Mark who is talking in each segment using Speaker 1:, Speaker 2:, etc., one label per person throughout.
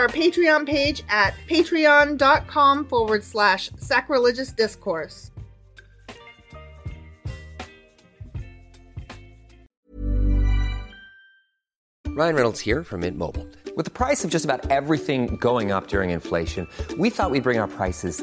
Speaker 1: our Patreon page at patreon.com forward slash sacrilegious discourse.
Speaker 2: Ryan Reynolds here from Mint Mobile. With the price of just about everything going up during inflation, we thought we'd bring our prices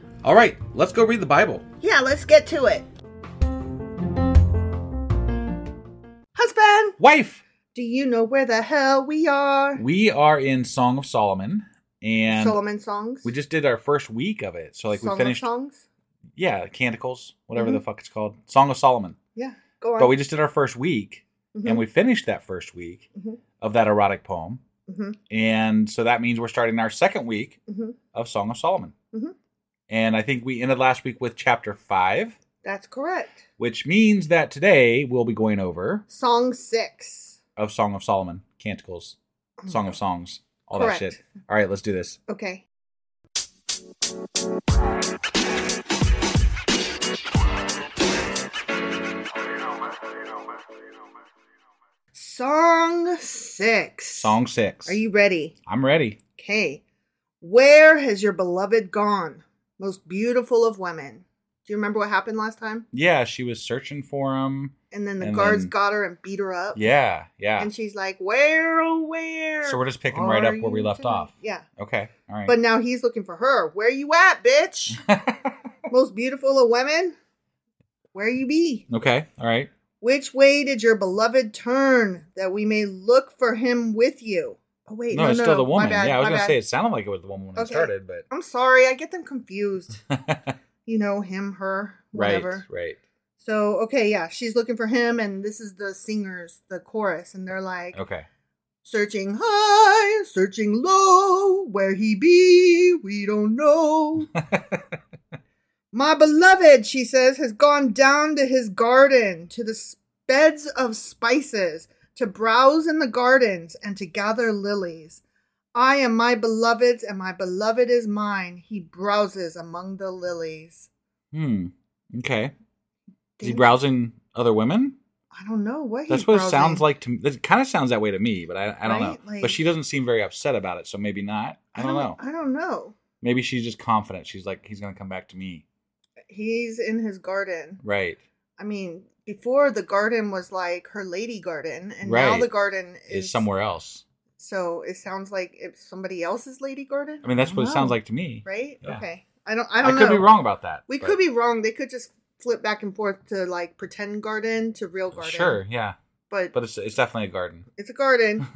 Speaker 3: All right, let's go read the Bible.
Speaker 1: Yeah, let's get to it. Husband,
Speaker 3: Wife!
Speaker 1: do you know where the hell we are?
Speaker 3: We are in Song of Solomon, and
Speaker 1: Solomon songs.
Speaker 3: we just did our first week of it. So, like,
Speaker 1: Song
Speaker 3: we
Speaker 1: of Mm-hmm.
Speaker 3: finished,
Speaker 1: songs.
Speaker 3: yeah, Canticles, whatever the fuck it's called, Song of Solomon.
Speaker 1: Yeah, go on.
Speaker 3: But we just did our first week,
Speaker 1: Mm-hmm.
Speaker 3: and we finished that first week of that erotic poem.
Speaker 1: Mm-hmm.
Speaker 3: And so that means we're starting our second week of Song of Solomon.
Speaker 1: Mm-hmm.
Speaker 3: And I think we ended last week with chapter five,
Speaker 1: That's correct.
Speaker 3: which means that today we'll be going over
Speaker 1: Song six.
Speaker 3: of Song of Solomon, Canticles, Song of Songs, all that
Speaker 1: Oh Correct.
Speaker 3: shit. All right, let's do this.
Speaker 1: Okay. Song six.
Speaker 3: Song six.
Speaker 1: Are you ready?
Speaker 3: I'm ready.
Speaker 1: Okay. Where has your beloved gone? Most beautiful of women. Do you remember what happened last time?
Speaker 3: Yeah, she was searching for him.
Speaker 1: And then the
Speaker 3: And
Speaker 1: guards
Speaker 3: then-
Speaker 1: got her and beat her up.
Speaker 3: Yeah, yeah.
Speaker 1: And she's like, Where, oh, where?
Speaker 3: So we're just picking right up
Speaker 1: are
Speaker 3: where we
Speaker 1: you
Speaker 3: left
Speaker 1: tonight?"
Speaker 3: off.
Speaker 1: Yeah.
Speaker 3: Okay, all right.
Speaker 1: But now he's looking for her. Where you at, bitch? Most beautiful of women? Where you be?
Speaker 3: okay, all right.
Speaker 1: Which way did your beloved turn that we may look for him with you? Oh, wait.
Speaker 3: no,
Speaker 1: No,
Speaker 3: it's
Speaker 1: no,
Speaker 3: still the
Speaker 1: my
Speaker 3: woman.
Speaker 1: bad,
Speaker 3: yeah, I was
Speaker 1: my
Speaker 3: gonna
Speaker 1: bad.
Speaker 3: say it sounded like it was the woman when it
Speaker 1: Okay.
Speaker 3: started, but
Speaker 1: I'm sorry. I get them confused.
Speaker 3: right,
Speaker 1: you know, him, her, whatever.
Speaker 3: right.
Speaker 1: So okay, yeah, she's looking for him, and this is the singers, the chorus, and they're like,
Speaker 3: Okay.
Speaker 1: Searching high, searching low, where he be, we don't know. My beloved, she says, has gone down to his garden, to the s- beds of spices, to browse in the gardens, and to gather lilies. I am my beloved's, and my beloved is mine. He browses among the lilies.
Speaker 3: Hmm. Okay. Is he
Speaker 1: Didn't-
Speaker 3: browsing other women?
Speaker 1: I don't know what
Speaker 3: That's
Speaker 1: he's
Speaker 3: what it
Speaker 1: browsing.
Speaker 3: sounds like to me. It kind of sounds that way to me, but I, I don't
Speaker 1: Right?
Speaker 3: know.
Speaker 1: Like-
Speaker 3: but she doesn't seem very upset about it, so maybe not. I don't, know.
Speaker 1: I don't know.
Speaker 3: maybe she's just confident. She's like, he's going to come back to me.
Speaker 1: He's in his garden.
Speaker 3: Right.
Speaker 1: I mean, before the garden was like her lady garden, and now
Speaker 3: Right.
Speaker 1: the garden is,
Speaker 3: Is somewhere else.
Speaker 1: So it sounds like it's somebody else's lady garden.
Speaker 3: I mean, that's
Speaker 1: don't
Speaker 3: what it
Speaker 1: know.
Speaker 3: sounds like to me.
Speaker 1: Right?
Speaker 3: Yeah.
Speaker 1: Okay. I don't. I don't know.
Speaker 3: could be wrong about that.
Speaker 1: We
Speaker 3: but-
Speaker 1: could be wrong. They could just flip back and forth to like pretend garden to real garden.
Speaker 3: Sure, yeah.
Speaker 1: but,
Speaker 3: But it's, it's definitely a garden.
Speaker 1: it's a garden.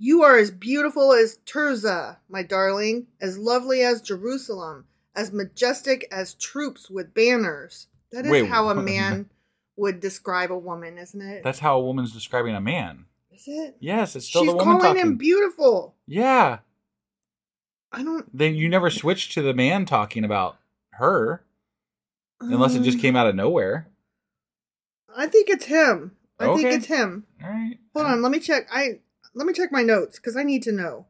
Speaker 1: You are as beautiful as Tirzah, my darling, as lovely as Jerusalem, as majestic as troops with banners. That is
Speaker 3: Wait,
Speaker 1: how a
Speaker 3: what?
Speaker 1: man would describe a woman, isn't it?
Speaker 3: That's how a woman's describing a man.
Speaker 1: Is it?
Speaker 3: Yes, it's still
Speaker 1: She's
Speaker 3: the woman
Speaker 1: calling
Speaker 3: talking.
Speaker 1: him beautiful.
Speaker 3: yeah.
Speaker 1: I don't.
Speaker 3: Then you never switched to the man talking about her unless it just
Speaker 1: um,
Speaker 3: came out of nowhere.
Speaker 1: I think it's him. I think
Speaker 3: Okay.
Speaker 1: it's him.
Speaker 3: All right.
Speaker 1: Hold on, let me check. I let me check my notes because I need to know.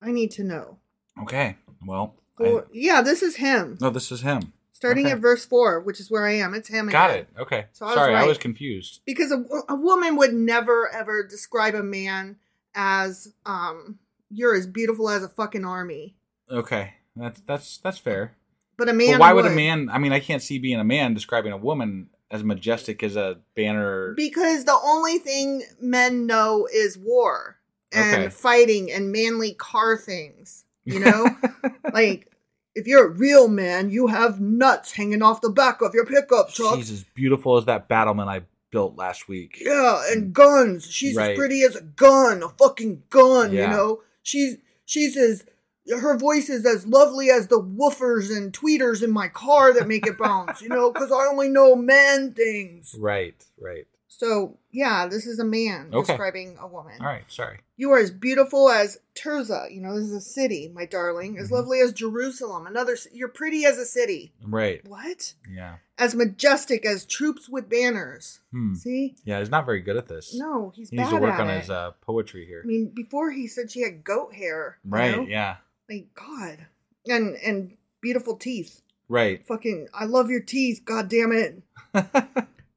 Speaker 1: I need to know.
Speaker 3: Okay. Well, I-
Speaker 1: Well, yeah, this is him.
Speaker 3: no, this is him.
Speaker 1: Starting
Speaker 3: okay.
Speaker 1: at verse four, which is where I am. It's him.
Speaker 3: Got
Speaker 1: again.
Speaker 3: it. Okay.
Speaker 1: So I was
Speaker 3: Sorry, I
Speaker 1: right.
Speaker 3: was confused.
Speaker 1: because a, a woman would never ever describe a man as um you're as beautiful as a fucking army
Speaker 3: Okay. That's that's that's fair.
Speaker 1: but a
Speaker 3: But
Speaker 1: man
Speaker 3: why would a man? I mean, I can't see being a man describing a woman as majestic as a banner.
Speaker 1: because the only thing men know is war and
Speaker 3: Okay.
Speaker 1: fighting and manly car things you know like if you're a real man you have nuts hanging off the back of your pickup truck
Speaker 3: She's as beautiful as that battleman I built last week.
Speaker 1: Yeah, and guns. She's
Speaker 3: Right.
Speaker 1: as pretty as a gun, a fucking gun.
Speaker 3: Yeah.
Speaker 1: You know, she's she's as her voice is as lovely as the woofers and tweeters in my car that make it bounce. you know, because I only know man things.
Speaker 3: Right, right.
Speaker 1: So yeah, this is a man
Speaker 3: Okay.
Speaker 1: describing a woman.
Speaker 3: All right, sorry.
Speaker 1: You are as beautiful as Tirzah. You know, this is a city, my darling.
Speaker 3: Mm-hmm.
Speaker 1: As lovely as Jerusalem. Another. c- You're pretty as a city.
Speaker 3: Right.
Speaker 1: What?
Speaker 3: Yeah.
Speaker 1: As majestic as troops with banners.
Speaker 3: Hmm.
Speaker 1: See?
Speaker 3: Yeah, he's not very good at this.
Speaker 1: No, he's
Speaker 3: he
Speaker 1: bad
Speaker 3: needs to work
Speaker 1: at
Speaker 3: on
Speaker 1: it.
Speaker 3: his uh, poetry here.
Speaker 1: I mean, before he said she had goat hair. you
Speaker 3: right.
Speaker 1: know?
Speaker 3: Yeah.
Speaker 1: Like God, and and beautiful teeth.
Speaker 3: Right.
Speaker 1: Fucking, I love your teeth. God damn it.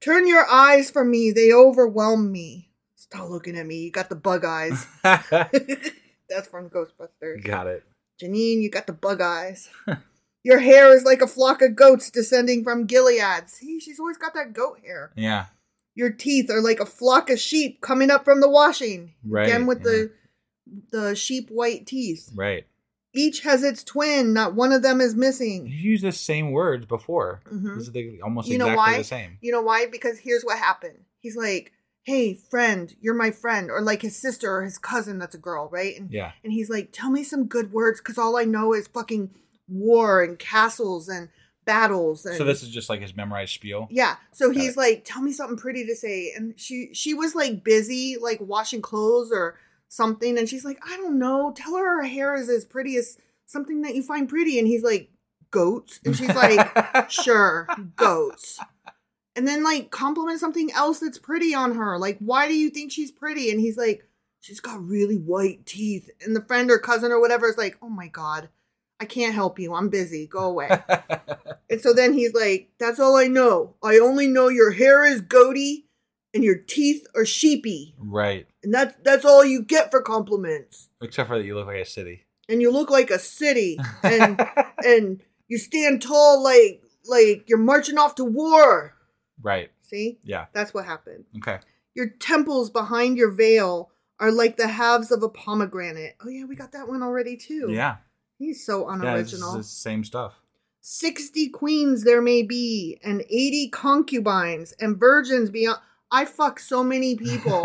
Speaker 1: Turn your eyes from me. They overwhelm me. Stop looking at me. You got the bug eyes. That's from Ghostbusters.
Speaker 3: Got it.
Speaker 1: Janine, you got the bug eyes. Your hair is like a flock of goats descending from Gilead. See, she's always got that goat hair.
Speaker 3: Yeah.
Speaker 1: Your teeth are like a flock of sheep coming up from the washing.
Speaker 3: Right,
Speaker 1: Again with the the sheep white teeth.
Speaker 3: Right.
Speaker 1: Each has its twin. Not one of them is
Speaker 3: You
Speaker 1: missing.
Speaker 3: used the same words before.
Speaker 1: Mhm.
Speaker 3: These are the, almost
Speaker 1: You know
Speaker 3: exactly
Speaker 1: why?
Speaker 3: the same.
Speaker 1: You know why? Because here's what happened. He's like, "Hey, friend, you're my friend," or like his sister or his cousin that's a girl, right? And,
Speaker 3: Yeah.
Speaker 1: And he's like, "Tell me some good words, because all I know is fucking war and castles and battles." And
Speaker 3: So this is just like his memorized spiel.
Speaker 1: Yeah. So
Speaker 3: Got
Speaker 1: he's
Speaker 3: it.
Speaker 1: like, "Tell me something pretty to say," and she she was like busy, like washing clothes or something, and she's like, "I don't know." Tell her her hair is as pretty as something that you find pretty, and he's like, "Goats," and she's like, "Sure, goats." And then like compliment something else that's pretty on her, like, "Why do you think she's pretty?" And he's like, "She's got really white teeth," and the friend or cousin or whatever is like, "Oh my god." I can't help you. I'm busy. Go away. And so then he's like, That's all I know. I only know your hair is goaty and your teeth are sheepy.
Speaker 3: Right.
Speaker 1: And that's that's all you get for compliments.
Speaker 3: Except for that you look like a city.
Speaker 1: And you look like a city and and you stand tall like like you're marching off to war.
Speaker 3: Right.
Speaker 1: See?
Speaker 3: Yeah.
Speaker 1: That's what happened.
Speaker 3: Okay.
Speaker 1: Your temples behind your veil are like the halves of a pomegranate. Oh yeah, we got that one already too.
Speaker 3: Yeah.
Speaker 1: He's so
Speaker 3: Yeah, it's,
Speaker 1: unoriginal.
Speaker 3: the same stuff.
Speaker 1: 60 queens there may be and 80 concubines and virgins beyond i fuck so many people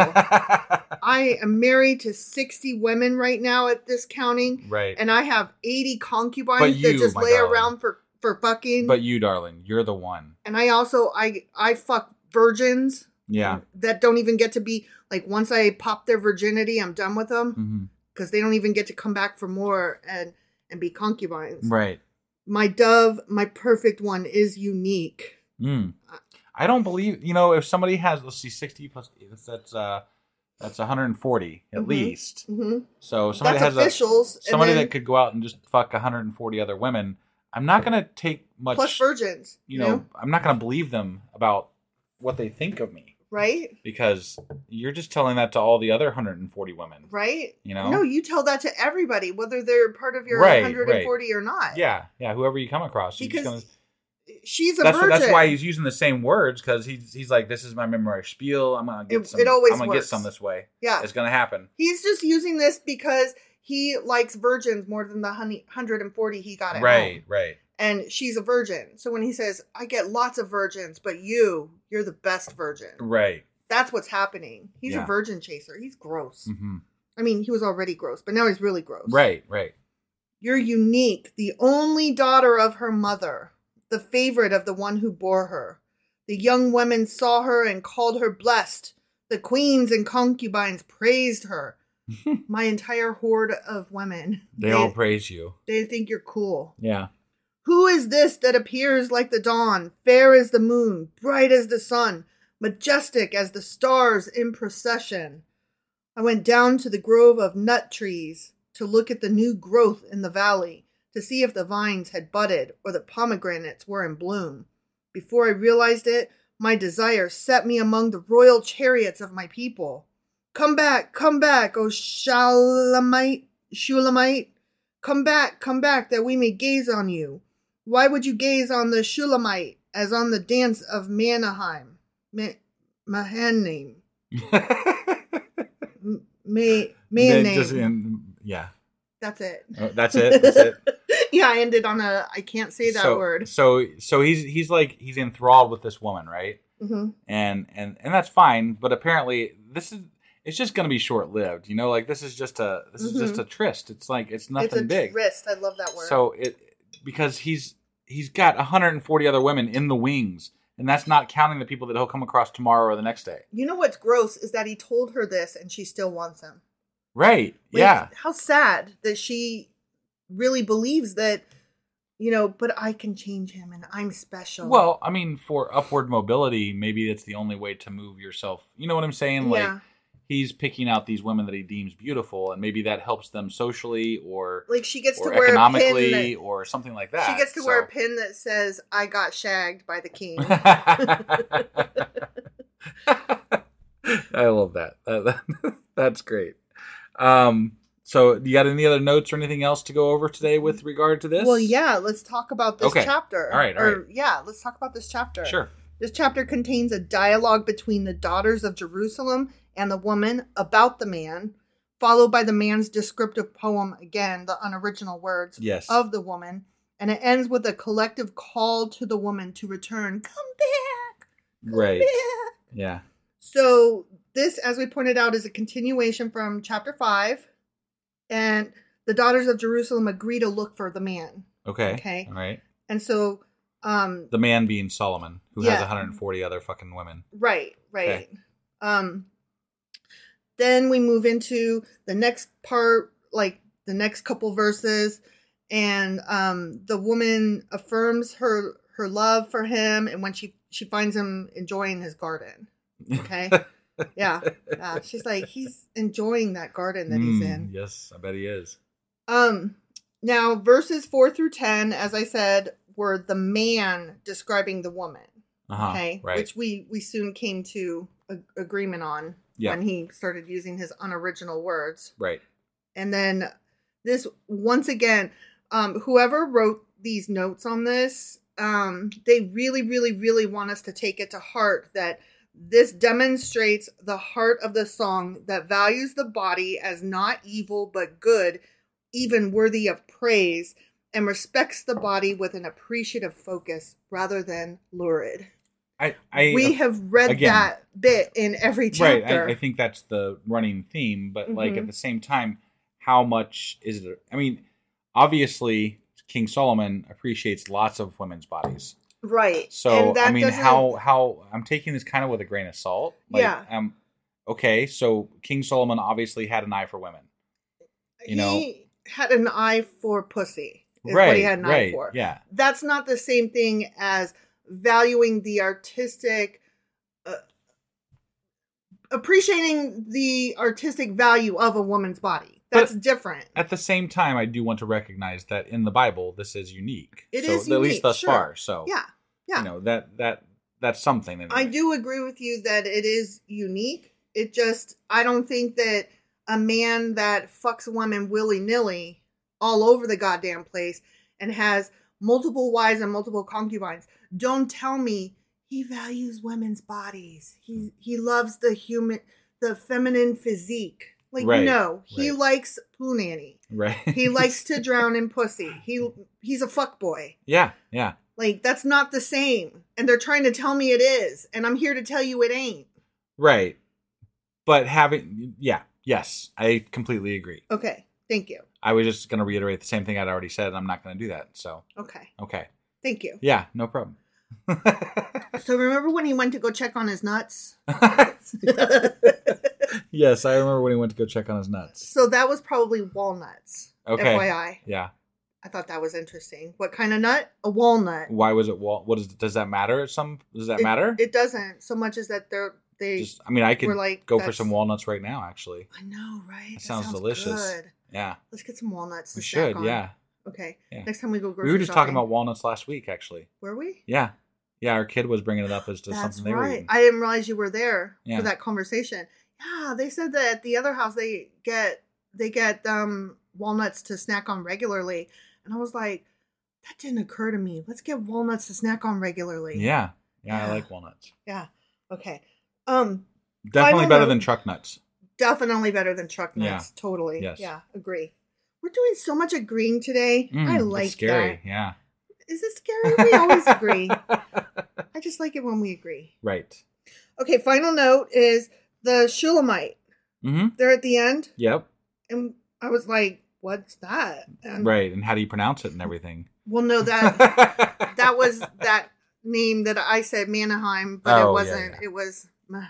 Speaker 1: i am married to 60 women right now at this counting
Speaker 3: Right.
Speaker 1: and i have 80 concubines
Speaker 3: But you,
Speaker 1: that just
Speaker 3: my
Speaker 1: lay
Speaker 3: darling.
Speaker 1: around for for fucking
Speaker 3: But you, darling, you're the one.
Speaker 1: and i also i i fuck virgins
Speaker 3: Yeah.
Speaker 1: that don't even get to be like once I pop their virginity, I'm done with them
Speaker 3: Mhm.
Speaker 1: because they don't even get to come back for more and and be concubines.
Speaker 3: Right.
Speaker 1: My dove, my perfect one, is unique.
Speaker 3: Mm.
Speaker 1: Uh,
Speaker 3: I don't believe you know if somebody has let's see sixty plus that's that's uh that's one hundred and forty at least.
Speaker 1: hmm
Speaker 3: So somebody
Speaker 1: That's
Speaker 3: has
Speaker 1: officials,
Speaker 3: a
Speaker 1: and
Speaker 3: somebody
Speaker 1: then-
Speaker 3: that could go out and just fuck one hundred and forty other women. I'm not gonna take much.
Speaker 1: Plus virgins,
Speaker 3: you know, I'm not gonna believe them about what they think of me
Speaker 1: right?
Speaker 3: because you're just telling that to all the other 140 women.
Speaker 1: Right?
Speaker 3: You know?
Speaker 1: no, you tell that to everybody, whether they're part of your
Speaker 3: Right,
Speaker 1: 140 or not.
Speaker 3: Yeah, yeah. Whoever you come across, you're just
Speaker 1: Because
Speaker 3: gonna-
Speaker 1: she's a
Speaker 3: that's
Speaker 1: virgin.
Speaker 3: that's why he's using the same words because he's he's like, this is my memory spiel. I'm gonna get
Speaker 1: It-
Speaker 3: some.
Speaker 1: it always
Speaker 3: I'm gonna
Speaker 1: works.
Speaker 3: get some this way.
Speaker 1: Yeah.
Speaker 3: it's gonna happen.
Speaker 1: He's just using this because he likes virgins more than the honey, 140 he got at
Speaker 3: Right,
Speaker 1: home.
Speaker 3: right.
Speaker 1: And she's a virgin. So when he says, I get lots of virgins, but you, you're the best virgin.
Speaker 3: Right.
Speaker 1: That's what's happening. He's
Speaker 3: Yeah.
Speaker 1: a virgin chaser. He's gross.
Speaker 3: hmm
Speaker 1: I mean, he was already gross, but now he's really gross.
Speaker 3: Right. Right.
Speaker 1: You're unique, the only daughter of her mother, the favorite of the one who bore her. The young women saw her and called her blessed. The queens and concubines praised her. My entire horde of women.
Speaker 3: They, all praise you.
Speaker 1: They think you're cool.
Speaker 3: Yeah.
Speaker 1: Who is this that appears like the dawn, fair as the moon, bright as the sun, majestic as the stars in procession? I went down to the grove of nut trees to look at the new growth in the valley, to see if the vines had budded or the pomegranates were in bloom. Before I realized it, my desire set me among the royal chariots of my people. Come back, come back, O Shalamite, Shulamite. Come back, come back, that we may gaze on you. Why would you gaze on the Shulamite as on the dance of Manaheim? Ma- Mahanaim. M- Ma-
Speaker 3: They just
Speaker 1: Mahanaim.
Speaker 3: in- yeah.
Speaker 1: That's it.
Speaker 3: Oh, that's it. That's it.
Speaker 1: Yeah, I ended on a. I can't say that
Speaker 3: so,
Speaker 1: word.
Speaker 3: So so he's he's like he's enthralled with this woman, right?
Speaker 1: Mhm.
Speaker 3: And and and that's fine, but apparently this is it's just going to be short lived. You know, like this is just a this is just a tryst. It's like it's nothing
Speaker 1: Mm-hmm. It's a
Speaker 3: big.
Speaker 1: wrist. I love that word.
Speaker 3: So it because he's he's got 140 other women in the wings, and that's not counting the people that he'll come across tomorrow or the next day.
Speaker 1: you know what's gross is that he told her this and she still wants him.
Speaker 3: Right?
Speaker 1: Like,
Speaker 3: yeah.
Speaker 1: How sad that she really believes that, you know, but I can change him and I'm special.
Speaker 3: Well, I mean, for upward mobility, maybe that's the only way to move yourself. You know what I'm saying?
Speaker 1: Yeah.
Speaker 3: Like he's picking out these women that he deems beautiful, and maybe that helps them socially or
Speaker 1: like she gets to
Speaker 3: or
Speaker 1: wear
Speaker 3: economically
Speaker 1: a pin that,
Speaker 3: or something like that.
Speaker 1: she gets to wear
Speaker 3: so-
Speaker 1: a pin that says I got shagged by the king.
Speaker 3: I love that. That- that- That's great. Um, so, you got any other notes or anything else to go over today with regard to this?
Speaker 1: Mm-hmm. well, yeah, let's talk about this
Speaker 3: Okay.
Speaker 1: chapter.
Speaker 3: All right, all
Speaker 1: or,
Speaker 3: right.
Speaker 1: Yeah, let's talk about this chapter.
Speaker 3: Sure.
Speaker 1: This chapter contains a dialogue between the daughters of Jerusalem and the woman about the man, followed by the man's descriptive poem again, the unoriginal words
Speaker 3: Yes.
Speaker 1: of the woman, and it ends with a collective call to the woman to return. Come back.
Speaker 3: Right.
Speaker 1: back."
Speaker 3: Yeah.
Speaker 1: So this, as we pointed out, is a continuation from chapter five, and the daughters of Jerusalem agree to look for the man,
Speaker 3: Okay.
Speaker 1: Okay.
Speaker 3: All right.
Speaker 1: and so, um,
Speaker 3: The man being Solomon, who has
Speaker 1: Yeah.
Speaker 3: 140 other fucking women.
Speaker 1: right, right.
Speaker 3: Okay.
Speaker 1: Um, then we move into the next part, like the next couple verses, and um, the woman affirms her her love for him, and when she she finds him enjoying his garden, okay. Yeah, yeah. She's like, he's enjoying that garden that he's
Speaker 3: Mm,
Speaker 1: in.
Speaker 3: Yes, I bet he is.
Speaker 1: Um, now verses four through ten, as I said, were the man describing the woman.
Speaker 3: Uh-huh.
Speaker 1: okay,
Speaker 3: Right.
Speaker 1: which we we soon came to a- agreement on
Speaker 3: Yeah.
Speaker 1: when he started using his unoriginal words,
Speaker 3: right.
Speaker 1: and then this once again, um, whoever wrote these notes on this, um, they really, really, really want us to take it to heart that. This demonstrates the heart of the song that values the body as not evil but good, even worthy of praise, and respects the body with an appreciative focus rather than lurid.
Speaker 3: I, I
Speaker 1: we have read
Speaker 3: again-
Speaker 1: that bit in every
Speaker 3: right.
Speaker 1: chapter. Mm-hmm.
Speaker 3: I, I think that's the running theme, but like at the same time, how much is it? I mean, obviously, King Solomon appreciates lots of women's bodies,
Speaker 1: Right.
Speaker 3: So
Speaker 1: And that
Speaker 3: I mean,
Speaker 1: doesn't-
Speaker 3: how how I'm taking this kind of with a grain of salt. Like,
Speaker 1: Yeah.
Speaker 3: Um. Okay, so King Solomon obviously had an eye for women. you know-
Speaker 1: he had an eye for pussy. Is
Speaker 3: Right,
Speaker 1: What he had an
Speaker 3: right,
Speaker 1: eye for.
Speaker 3: yeah.
Speaker 1: That's not the same thing as valuing the artistic, uh, appreciating the artistic value of a woman's body.
Speaker 3: But-
Speaker 1: That's different.
Speaker 3: At the same time, I do want to recognize that in the Bible, this is unique.
Speaker 1: It
Speaker 3: so,
Speaker 1: is
Speaker 3: at
Speaker 1: unique,
Speaker 3: least thus
Speaker 1: sure.
Speaker 3: far. So
Speaker 1: yeah. Yeah.
Speaker 3: you know that that that's something. Anyway.
Speaker 1: I do agree with you that it is unique. It just I don't think that a man that fucks a woman willy nilly all over the goddamn place and has multiple wives and multiple concubines. Don't tell me he values women's bodies. He he loves the human the feminine physique. Like
Speaker 3: Right,
Speaker 1: no, he
Speaker 3: right.
Speaker 1: likes poo nanny.
Speaker 3: Right.
Speaker 1: He likes to drown in pussy. He he's a fuck boy.
Speaker 3: yeah. Yeah.
Speaker 1: Like that's not the same. And they're trying to tell me it is, and I'm here to tell you it ain't.
Speaker 3: Right. But having yeah yes, I completely agree.
Speaker 1: Okay. Thank you.
Speaker 3: I was just going to reiterate the same thing I'd already said, and I'm not going to do that. So
Speaker 1: Okay.
Speaker 3: okay.
Speaker 1: Thank you.
Speaker 3: Yeah. No problem.
Speaker 1: So remember when he went to go check on his nuts?
Speaker 3: yes, I remember when he went to go check on his nuts.
Speaker 1: So that was probably walnuts.
Speaker 3: Okay.
Speaker 1: FYI.
Speaker 3: Yeah.
Speaker 1: I thought that was interesting. What kind of nut? A walnut.
Speaker 3: Why was it wal? What is? Does that matter? At some does that
Speaker 1: It-
Speaker 3: matter?
Speaker 1: It, doesn't so much as that they're they
Speaker 3: Just, I mean, I could
Speaker 1: We're like,
Speaker 3: go for
Speaker 1: that's-
Speaker 3: some walnuts right now. Actually,
Speaker 1: I know, right?
Speaker 3: that sounds, delicious.
Speaker 1: good.
Speaker 3: Yeah,
Speaker 1: Let's get some walnuts. To
Speaker 3: we
Speaker 1: snack
Speaker 3: should.
Speaker 1: on.
Speaker 3: Yeah,
Speaker 1: Okay.
Speaker 3: Yeah.
Speaker 1: Next time we go grocery
Speaker 3: we were just talking
Speaker 1: shopping.
Speaker 3: about walnuts last week. Actually,
Speaker 1: Were we?
Speaker 3: yeah, yeah. Our kid was bringing it up as to something they were eating.
Speaker 1: I didn't realize you were there
Speaker 3: Yeah.
Speaker 1: for that conversation. Yeah, they said that at the other house they get they get um walnuts to snack on regularly. And I was like, that didn't occur to me. Let's get walnuts to snack on regularly.
Speaker 3: yeah, yeah. I
Speaker 1: Yeah.
Speaker 3: like walnuts.
Speaker 1: Yeah. Okay. Um
Speaker 3: Definitely
Speaker 1: don't
Speaker 3: better
Speaker 1: know.
Speaker 3: than truck nuts.
Speaker 1: definitely better than truck nuts.
Speaker 3: Yeah.
Speaker 1: Totally.
Speaker 3: Yes.
Speaker 1: Yeah, agree. We're doing so much agreeing today.
Speaker 3: Mm,
Speaker 1: I
Speaker 3: that's
Speaker 1: like
Speaker 3: scary.
Speaker 1: that.
Speaker 3: Yeah.
Speaker 1: Is it scary? We always agree. I just like it when we agree.
Speaker 3: Right.
Speaker 1: Okay, final note is the Shulamite.
Speaker 3: Mm-hmm.
Speaker 1: They're at the end.
Speaker 3: Yep.
Speaker 1: and I was like, "What's that?" And, Uh,
Speaker 3: Right. And how do you pronounce it and everything?
Speaker 1: Well, no, that
Speaker 3: that
Speaker 1: that was that name that I said Manaheim, but
Speaker 3: Oh,
Speaker 1: it
Speaker 3: yeah,
Speaker 1: wasn't.
Speaker 3: yeah.
Speaker 1: It was Ma-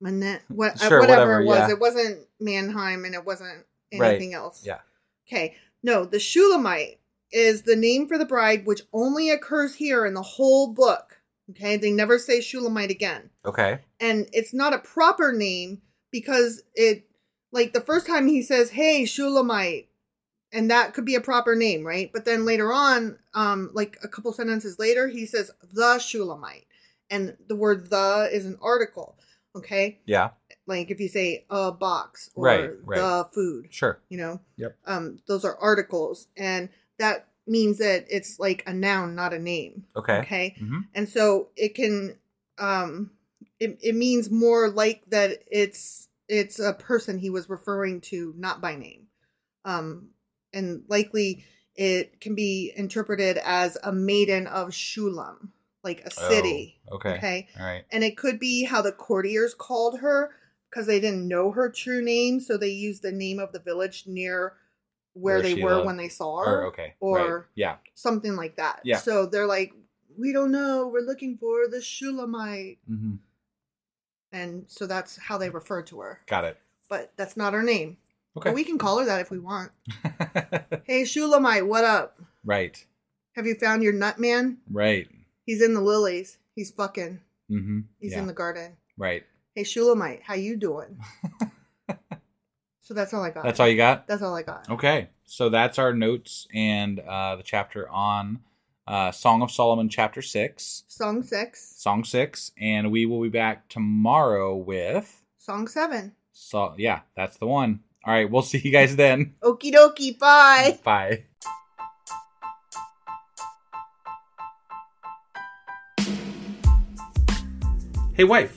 Speaker 1: Mana- what, uh,
Speaker 3: Sure, whatever,
Speaker 1: whatever, it was.
Speaker 3: yeah.
Speaker 1: It wasn't Mannheim, and it wasn't
Speaker 3: Right.
Speaker 1: anything else.
Speaker 3: Yeah.
Speaker 1: Okay. No, the Shulamite is the name for the bride, which only occurs here in the whole book. Okay, they never say Shulamite again.
Speaker 3: Okay.
Speaker 1: and it's not a proper name because it like the first time he says hey shulamite and that could be a proper name right but then later on um like a couple sentences later he says the shulamite and the word the is an article okay
Speaker 3: Yeah.
Speaker 1: like if you say a box or
Speaker 3: Right, right.
Speaker 1: the food
Speaker 3: Sure.
Speaker 1: you know
Speaker 3: Yep.
Speaker 1: um those are articles and that means that it's like a noun not a name
Speaker 3: Okay.
Speaker 1: okay
Speaker 3: Mm-hmm.
Speaker 1: and so it can um it, it means more like that it's it's a person he was referring to not by name um and likely it can be interpreted as a maiden of shulam like a city
Speaker 3: Oh, okay.
Speaker 1: okay
Speaker 3: All right.
Speaker 1: and it could be how the courtiers called her because they didn't know her true name so they used the name of the village near where,
Speaker 3: Where
Speaker 1: they
Speaker 3: she
Speaker 1: were
Speaker 3: lived.
Speaker 1: when they saw her
Speaker 3: Or okay.
Speaker 1: or
Speaker 3: right. yeah.
Speaker 1: something like that.
Speaker 3: Yeah.
Speaker 1: So they're like, we don't know. We're looking for the Shulamite.
Speaker 3: Mm-hmm.
Speaker 1: And so that's how they refer to her.
Speaker 3: Got it.
Speaker 1: But that's not her name.
Speaker 3: Okay.
Speaker 1: But we can call her that if we want. hey, Shulamite, what up?
Speaker 3: right.
Speaker 1: Have you found your nut man?
Speaker 3: Right.
Speaker 1: He's in the lilies. He's fucking.
Speaker 3: Mm-hmm.
Speaker 1: He's
Speaker 3: yeah.
Speaker 1: in the garden.
Speaker 3: right.
Speaker 1: Hey, Shulamite, how you doing? so that's all I got.
Speaker 3: That's all you Oh. got.
Speaker 1: That's all I got.
Speaker 3: Okay. So that's our notes and uh, the chapter on uh, Song of Solomon, chapter six,
Speaker 1: Song six,
Speaker 3: song six, and we will be back tomorrow with.
Speaker 1: song seven.
Speaker 3: So yeah, that's the one. All right. We'll see you guys then.
Speaker 1: Okie dokie. Bye.
Speaker 3: Bye. Hey, wife,